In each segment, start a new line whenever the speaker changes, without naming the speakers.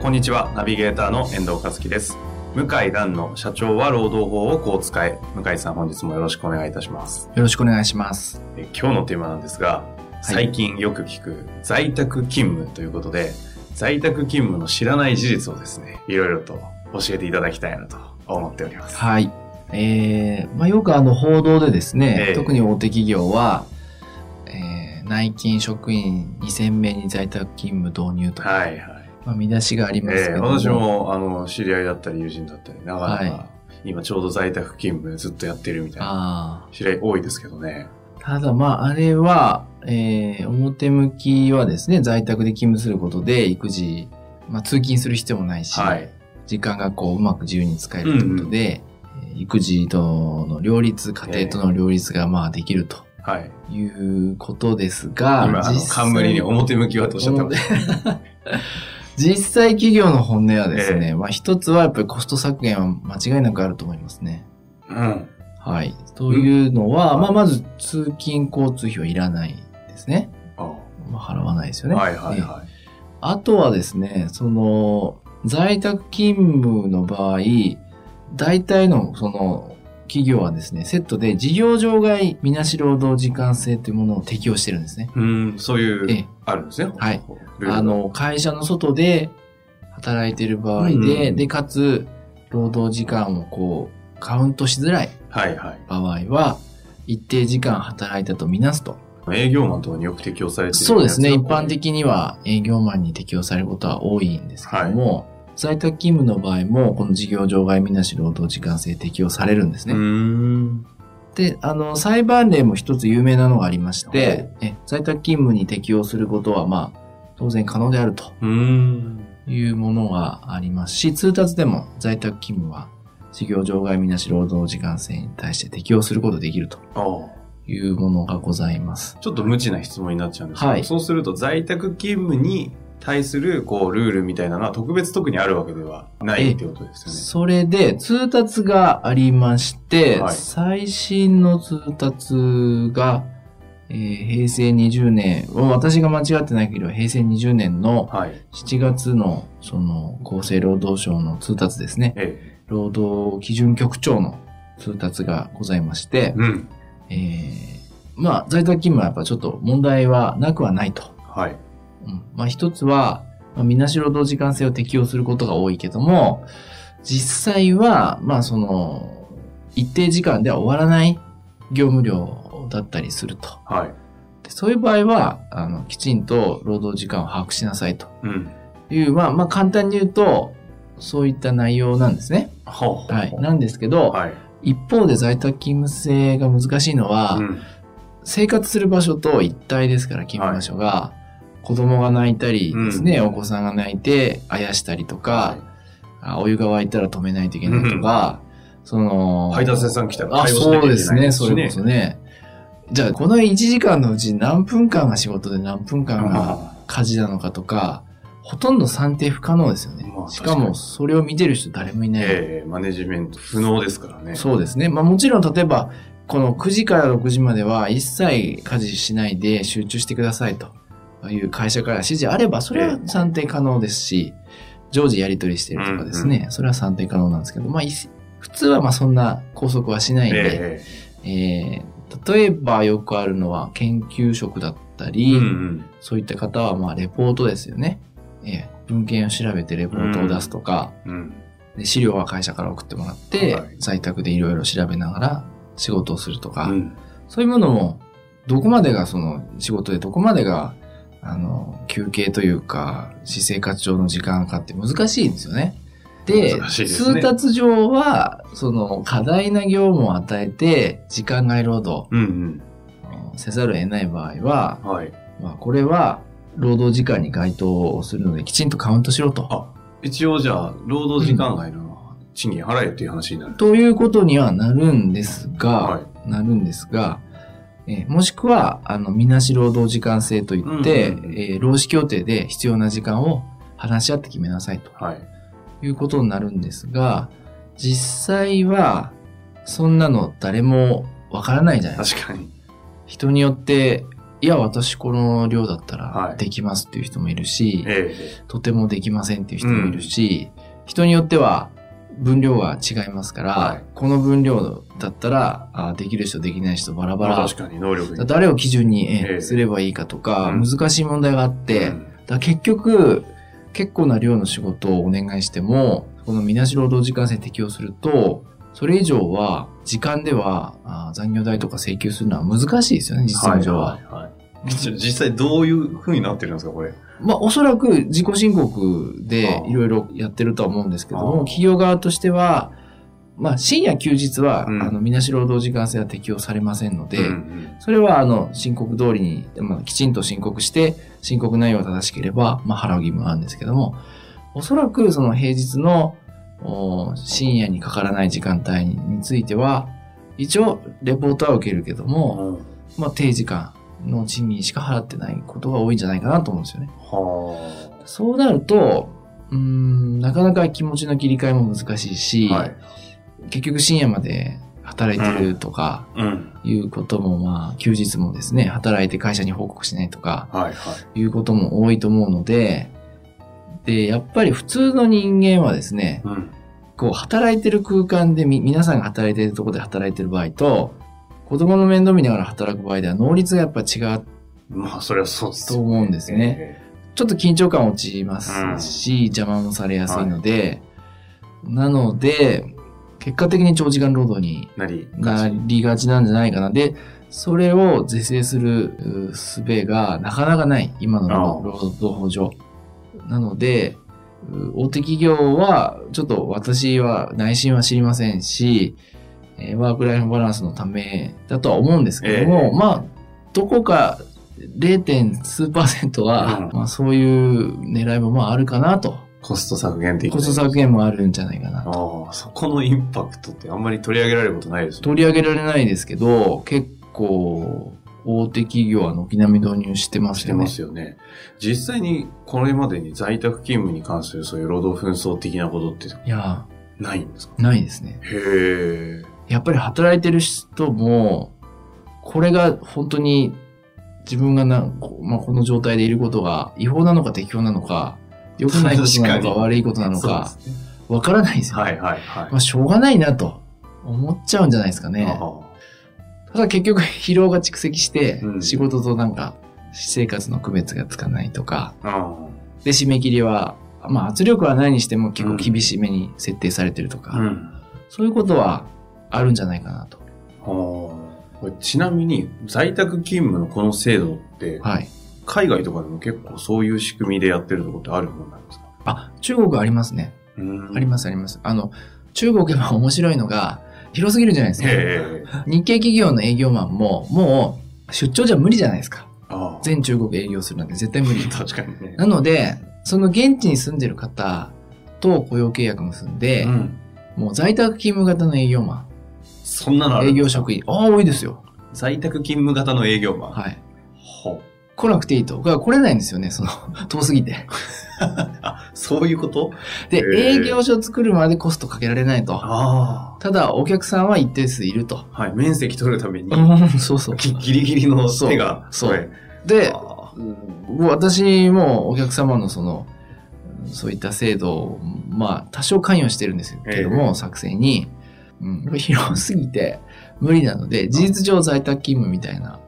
こんにちは、ナビゲーターの遠藤和樹です。向井蘭の社長は労働法をこう使え。向井さん本日もよろしくお願いいたします。
よろしくお願いします。
え今日のテーマなんですが、最近よく聞く在宅勤務ということで、在宅勤務の知らない事実をですね、いろいろと教えていただきたいなと思っております。
はい。えーまあ、よくあの報道でですね、
ええ
特に大手企業は、えー内勤職員2000名に在宅勤務導入とか、
はいはい。
まあ、見出しがありますけ
えー
ども、
私も、あの、知り合いだったり友人だったり、なかなか、
は
今ちょうど在宅勤務ずっとやってるみたいな
あ
知り合い多いですけどね。
ーただまああれは、えー表向きはですね在宅で勤務することで育児、まあ、通勤する必要もないし、
はい。
時間がこううまく自由に使えるということで、えー育児との両立家庭との両立がまあできると。
はい。
いうことですが、
今、あの、
実際
冠に表向きはとおっしゃってました。
実際企業の本音はですね、まあ一つはやっぱりコスト削減は間違いなくあると思いますね。
うん。
はい。というのは、まあまず通勤交通費はいらないですね。
あ
まあ払わないですよね。
はいはい
ええ
はい。
あとはですね、その、在宅勤務の場合、大体のその企業はですね、セットで事業場外みなし労働時間制というものを適用してるんですね。
うん、そうい
え
う
え、
あるんですね。
はい
ルールが。
あの、会社の外で働いてる場合で、
うん
で、かつ、労働時間をこう、カウントしづらい
はいはい。
場合は、一定時間働いたとみなすと。
営業マンとかによく適用されてる
そうですね。
や
一
つが
般的には営業マンに適用されることは多いんですけども、在宅勤務の場合も、この事業場外みなし労働時間制適用されるんですね。
うーん。
で、あの、裁判例も一つ有名なのがありまして、え在宅勤務に適用することは、まあ、当然可能であると。
うーん。
いうものがありますし、通達でも在宅勤務は事業場外みなし労働時間制に対して適用することができると
ああ。
いうものがございます。
ちょっと無知な質問になっちゃうんですけど、
はい
そうすると在宅勤務に対する、こう、ルールみたいなのは特別特にあるわけではないってことです
それで通達がありまして、
はい
最新の通達が、えー平成20年、私が間違ってないけど、平成20年の
よね。はい。
7月のその厚生労働省の通達ですね、
ええ。
労働基準局長の通達がございまして、
うん。
えーまあ、在宅勤務はやっぱちょっと問題はなくはないと。
はい。
うん、まあ、一つは、まあ、みなし労働時間制を適用することが多いけども、実際は、まあ、その、一定時間では終わらない業務量だったりすると。
はい。
でそういう場合は、あの、きちんと労働時間を把握しなさいと
うん。
いう、まあ、まあ、簡単に言うと、そういった内容なんですね。
はあ
はい。なんですけど、
はい。
一方で在宅勤務制が難しいのは、
うん。
生活する場所と一体ですから勤務場所が、子供が泣いたりですね、
うん
お子さんが泣いてあやしたりとか、
は
あお湯が沸いたら止めないといけないとか、その
い配達屋さん来たら
あ
対応しなき
そう
ゃい
で
け
す
ない
ね
で
それこそねじゃあこの1時間のうち何分間が仕事で何分間が
あ
家事なのかとかほとんど算定不可能ですよね、
まあ
し
確
か
か
も
に
それを見てる人誰もい
あ
ない、
ええ、マネジメント不能ですからね。
そうですね。まあもちろん例えば、この9時から6時までは一切家事しないで集中してくださいという会社から指示あれば、それは算定可能ですし、常時やり取りしてるとかですね、それは算定可能なんですけど、まあい普通はまあそんな拘束はしないんで、
え
えー例えばよくあるのは研究職だった
え。
り、
うん
そういった方はまあレポートですよね。えー文献を調べてレポートを出すとか、
うん。うん。
で資料は会社から送ってもらって、
はい
在宅でいろいろ調べながら仕事をするとか、
うん
そういうものも、どこまでがその仕事でどこまでが、あの、休憩というか、私生活上の時間かって難しいんですよね。で、
難しいですね
通達上は、その、過大な業務を与えて、時間外労働、
うんうん。
のせざるを得ない場合は、
はい。
まあ、これは労働時間に該当するのできちんとカウントしろと。
あ、一応じゃあ、労働時間外の賃金払えっていう話になる。
ということにはなるんですが、
は
なるんですが、えーもしくは、あの、みなし労働時間制といって、
うんうんうん
えー労使協定で必要な時間を話し合って決めなさいと
い。はい。
いうことになるんですが、実際は、そんなの誰もわからないじゃないですか
確かに。
人によって、いや、私この量だった
は
ら
い
できますっていう人もいるし、
ええ。
とてもできませんっていう人もいるし、人によっては分量が違いますから、
はい
この分量だったらあできる人できない人バラバ
まあ
ラ
確かに能力に。
誰を基準に、え
ええ
すればいいかとか、
うん
難しい問題があっ
う
て、だか
ん
ら結局結構な量の仕事をお願いしてもこのみなし労働時間制適用するとそれ以上は時間ではあ残業代とか請求するのは難しいですよね実務上
い
は。
いいじゃあ実際どういう風になってるんですか、これ。
まあ、おそらく自己申告で
ああ
いろいろやってるとは思うんですけど
ああ
も、企業側としては、まあ、深夜休日は、
うん
あの、みなし労働時間制は適用されませんので、
うんうん
それは、あの、申告通りに、まあ、きちんと申告して、申告内容が正しければ、まあ、払う義務なんですけども、おそらく、その平日の、お深夜にかからない時間帯にについては、一応、レポートは受けるけども、
うん
まあ、定時間の賃金しか払ってないことが多いんじゃないかなと思うんですよね。
は
そうなると、うーん、なかなか気持ちの切り替えも難しいし、
あ。はい。
結局深夜まで働いてるとか
うん。
いうことも、まあ、休日もですね、働いて会社に報告しないとか
はいはい。
いうことも多いと思うので、で、やっぱり普通の人間はですね、
うん。
こう、働いてる空間でみ、皆さんが働いてるところで働いてる場合と、子供の面倒見ながら働く場合では能率がやっぱ違う
まあ、それはそうです
と思うんですね。
え
ちょっと緊張感落ちますし、邪魔もされやすいので、なので、結果的に長時間労働に
えなりがち、
なりがちなんじゃないかな。で、それを是正するう術がなかなかない、今の労労働法上。なので、う大手企業は、ちょっと私は内心は知りませんし、えーワークライフバランスのためだとは思うんですけど
え
も、
え
まあ、どこか 0. 数パーセントは、
うん
まあそういう狙いもまああるかなと。
コスト削減的な
コスト削減もあるんじゃないかなと。
ああ、そこのインパクトってあんまり取り上げられることないですね。
取り上げられないですけど、結構、大手企業は軒並み導入してます
して
よね。
ますよね。実際にこれまでに在宅勤務に関するそういう労働紛争的なことって
いや、
ないんですか
ないですね。
へえ。
やっぱり働いてる人も、これが本当に自分がな、こまあ、この状態でいることが違法なのか適法なのか、良くないことなの
確か
か
に
悪いことなのか
そ、うですね
わからないですよね。
はいはいはい。
まあ、しょうがないなと思っちゃうんじゃないですかね。
あ
ただ結局疲労が蓄積して
う、ん
仕事となんか、私生活の区別がつかないとか、
ああ
で、締め切りは、まあ圧力はないにしても結構厳しめに設定されてるとか、
あ。うん。
そういうことはあるんじゃないかなと。
ああこれちなみに在宅勤務のこの制度って
はい。
海外とかでも結構そういう仕組みでやってるとこってあるもんなんですか
あ、中国ありますね。
うん
ありますあります。あの、中国は面白いのが、広すぎるじゃないですか。
へえ。
日系企業の営業マンも、もう、出張じゃ無理じゃないですか。
ああ。。
全中国営業するなんて絶対無理
確かにね。
なので、その現地に住んでる方と雇用契約結んで、
うん。
もう在宅勤務型の営業マ
そんなのあ
ン、
る
営業職員、ああ、多いですよ。
在宅勤務型の営業マン。
はい。
ほう
来なくていいと。が来れないんですよね、その、 遠すぎて。
あ、そういうこと
で、
へー
営業所作るまでコストかけられないと。
あ
ただ、お客さんは一定数いると。
あ。はい。面積取るために、
そうそう。
ぎギリギリの手が。
そう
はい
で、
あ
うん私もお客様のその、そういった制度を、まあ、多少関与してるんですけども、作成に、うん、広すぎて無理なので、事実上在宅勤務みたいな、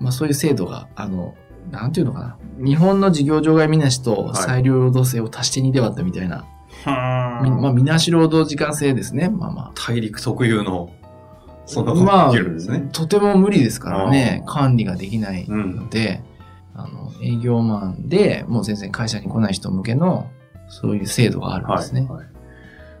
まあそういう制度が、あの、なんていうのかな。日本の事業場外みなしと
はい
裁量労働制を足して2で割ったみたいな、
あは
み
ーん
まあ、みなし労働時間制ですね。まあま
大陸特有の、
あ。
そんなことができるんですね。
まあ、とても無理ですからね。
あー
管理ができない
うん
の。で、あの、営業マンでもう全然会社に来ない人向けの、そういう制度があるんですね。
はい。はい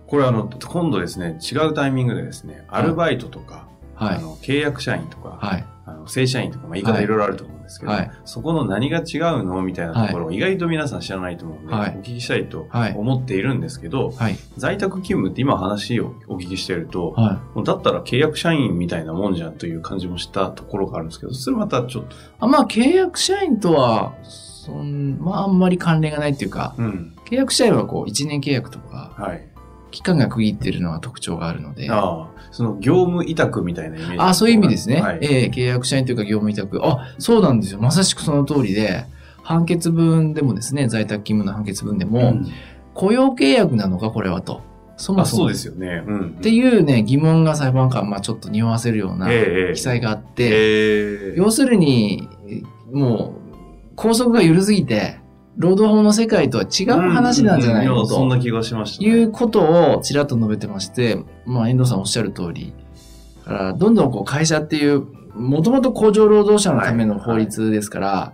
これあの、今度ですね、違うタイミングでですね、アルバイトとか、
はい
あ。の契約社員とか、
はい。
あのの正社員とか、まあ、言い方いろいろあると思うんですけど、
はい
そこの何が違うのみたいなところを意外と皆さん知らないと思うので、
はい
お聞きしたいと
はい
思っているんですけど、
はい
在宅勤務って今話をお聞きしていると、
はい
もうだったら契約社員みたいなもんじゃんという感じもしたところがあるんですけど、それまたちょっと、
あまあ契約社員とはそん、まあ、あんまり関連がないっていうか
うん、
契約社員はこう1年契約とか
はい。
期間が区切ってるのは特徴があるのであ
ああ、その業務委託みたいなイメージ。
あそういう意味ですね、
はい。
ええ契約社員というか業務委託あそうなんですよまさしくその通りで判決文でもですね在宅勤務の判決文でも、
うん
雇用契約なのかこれはとそも
あ、
そ
そ
も
うで
っ
すよね。うん。
ていうね疑問が裁判官まあちょっと匂わせるような
ええええ
記載があって、
ええ
要するに、もう、拘束が緩すぎて、労働法の世界とは違う話なんじゃない
うんうん
の
やそん
と
な気がしましたね、
いうことをちらっと述べてまして、まあ、遠藤さんおっしゃる通り、だからどんどんこう会社っていう、もともと工場労働者のための法律ですから、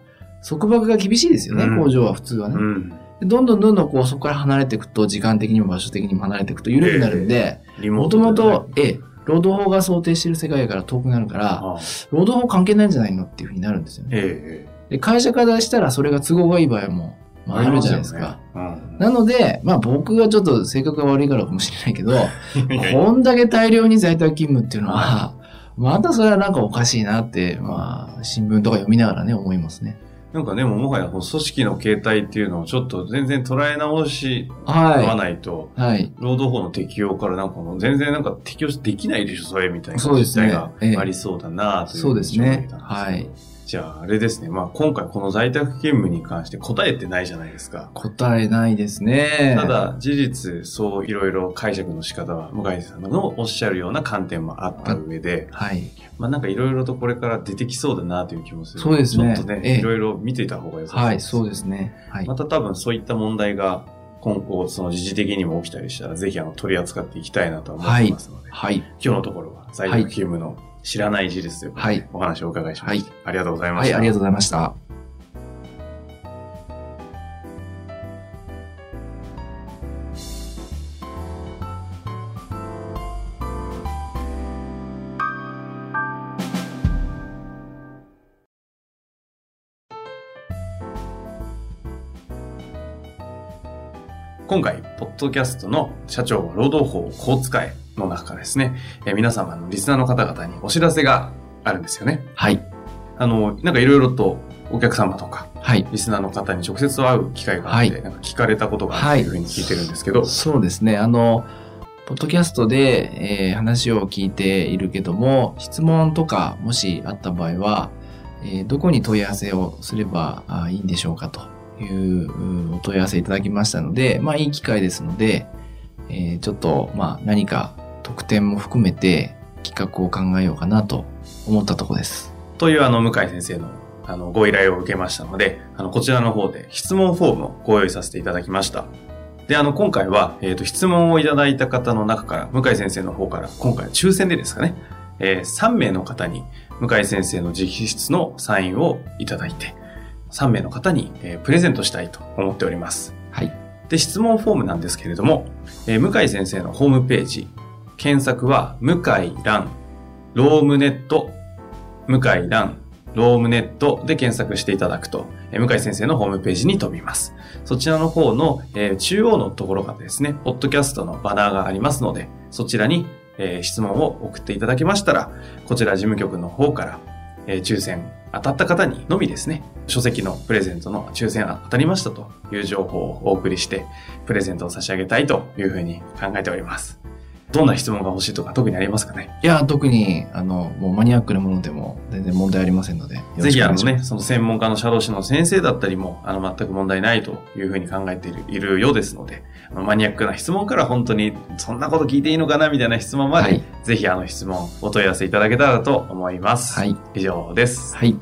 束縛が厳しいですよね、
うん
工場は普通はね。
うん。
でどんどんどんどんこうそこから離れていくと、時間的にも場所的にも離れていくと緩くなるんで、
リモ
も
ート
と
でね
もと、ええ、労働法が想定している世界から遠くなるから、
ああ
労働法関係ないんじゃないのっていうふうになるんですよね。
えええ
で会社からしたらそれが都合がいい場合も、
え
まあ、あるじゃないですか。
ありますよね。
なので、まあ僕がちょっと性格が悪いからかもしれないけ ど、
うん。いやいや
こんだけ大量に在宅勤務っていうのは、またそれはなんかおかしいなって、まあ新聞とか読みながらね、思いますね。
なんかでももはやこう組織の形態っていうのをちょっと全然捉え直し合わ
は
ないと、
い。はい。
労働法の適用からなんかもう全然なんか適用できないでしょ、それみたいな
そうですね
実態がありそうだなという
そうです
印象を受
ね
けたんですけど
はい。
じゃああれですね、まあ今回この在宅勤務に関して答えてないじゃないですか。
答えないですね。
た、だ事実そういろいろ解釈の仕方は向井さんのおっしゃるような観点もあった上で
はい。
まあなんかいろいろとこれから出てきそうだなという気もする
そうですね
ちょっとね、
ええ
いろいろ見ていた方が良さそう
はい、そうですね。はい。
また多分そういった問題が今後その時事的にも起きたりしたらぜひあの取り扱っていきたいなとは思ってますので、
はい。
今日のところは在宅勤務の知らない事実ということで
はい。
お話をお伺いしました、ありがとうございま
は
し
い、
た、
ありがとうございました。
今回、ポッドキャストの社長は労働法をこう使えの中からですね、えー皆様のリスナーの方々にお知らせがあるんですよね。
はい。
あの、なんかいろいろとお客様とか、
はい。
リスナーの方に直接会う機会があって、
は
なんか聞かれたことがあるというふうに聞いてるんですけど、
そうですね。あの、ポッドキャストで、えー話を聞いているけども、質問とかもしあった場合は、えーどこに問い合わせをすればあいいんでしょうかといううんお問い合わせいただきましたので、まあいい機会ですので、えーちょっと、まあ何か特典も含めて企画を考えようかなと思ったとこです。
というあの、向井先生のあのご依頼を受けましたので、あの、こちらの方で質問フォームをご用意させていただきました。で、あの、今回は、えっ、と、質問をいただいた方の中から、向井先生の方から、今回抽選でですかね、えー3名の方に、向井先生の直筆のサインをいただいて、3名の方に、えープレゼントしたいと思っております。
はい。
で、質問フォームなんですけれども、えー向井先生のホームページ、検索は、向井蘭、ロームネット、向井蘭、ロームネットで検索していただくと、えー向井先生のホームページに飛びます。そちらの方の、えー中央のところがですね、ポッドキャストのバナーがありますので、そちらに、えー質問を送っていただけましたら、こちら事務局の方から、えー抽選当たった方にのみですね、書籍のプレゼントの抽選当たりましたという情報をお送りして、プレゼントを差し上げたいというふうに考えております。どんな質問が欲しいとか特にありますかね
いや、特に、あの、もうマニアックなものでも全然問題ありませんので、よろ
ぜ
し
ひ
くお
あの
願いします
ね、その専門家の社労士の先生だったりも、あの全く問題ないというふうに考えているいるようですので、あのマニアックな質問から本当にそんなこと聞いていいのかなみたいな質問まで、
はい。
ぜひあの質問お問い合わせいただけたらと思います。
はい。
以上です。
はい。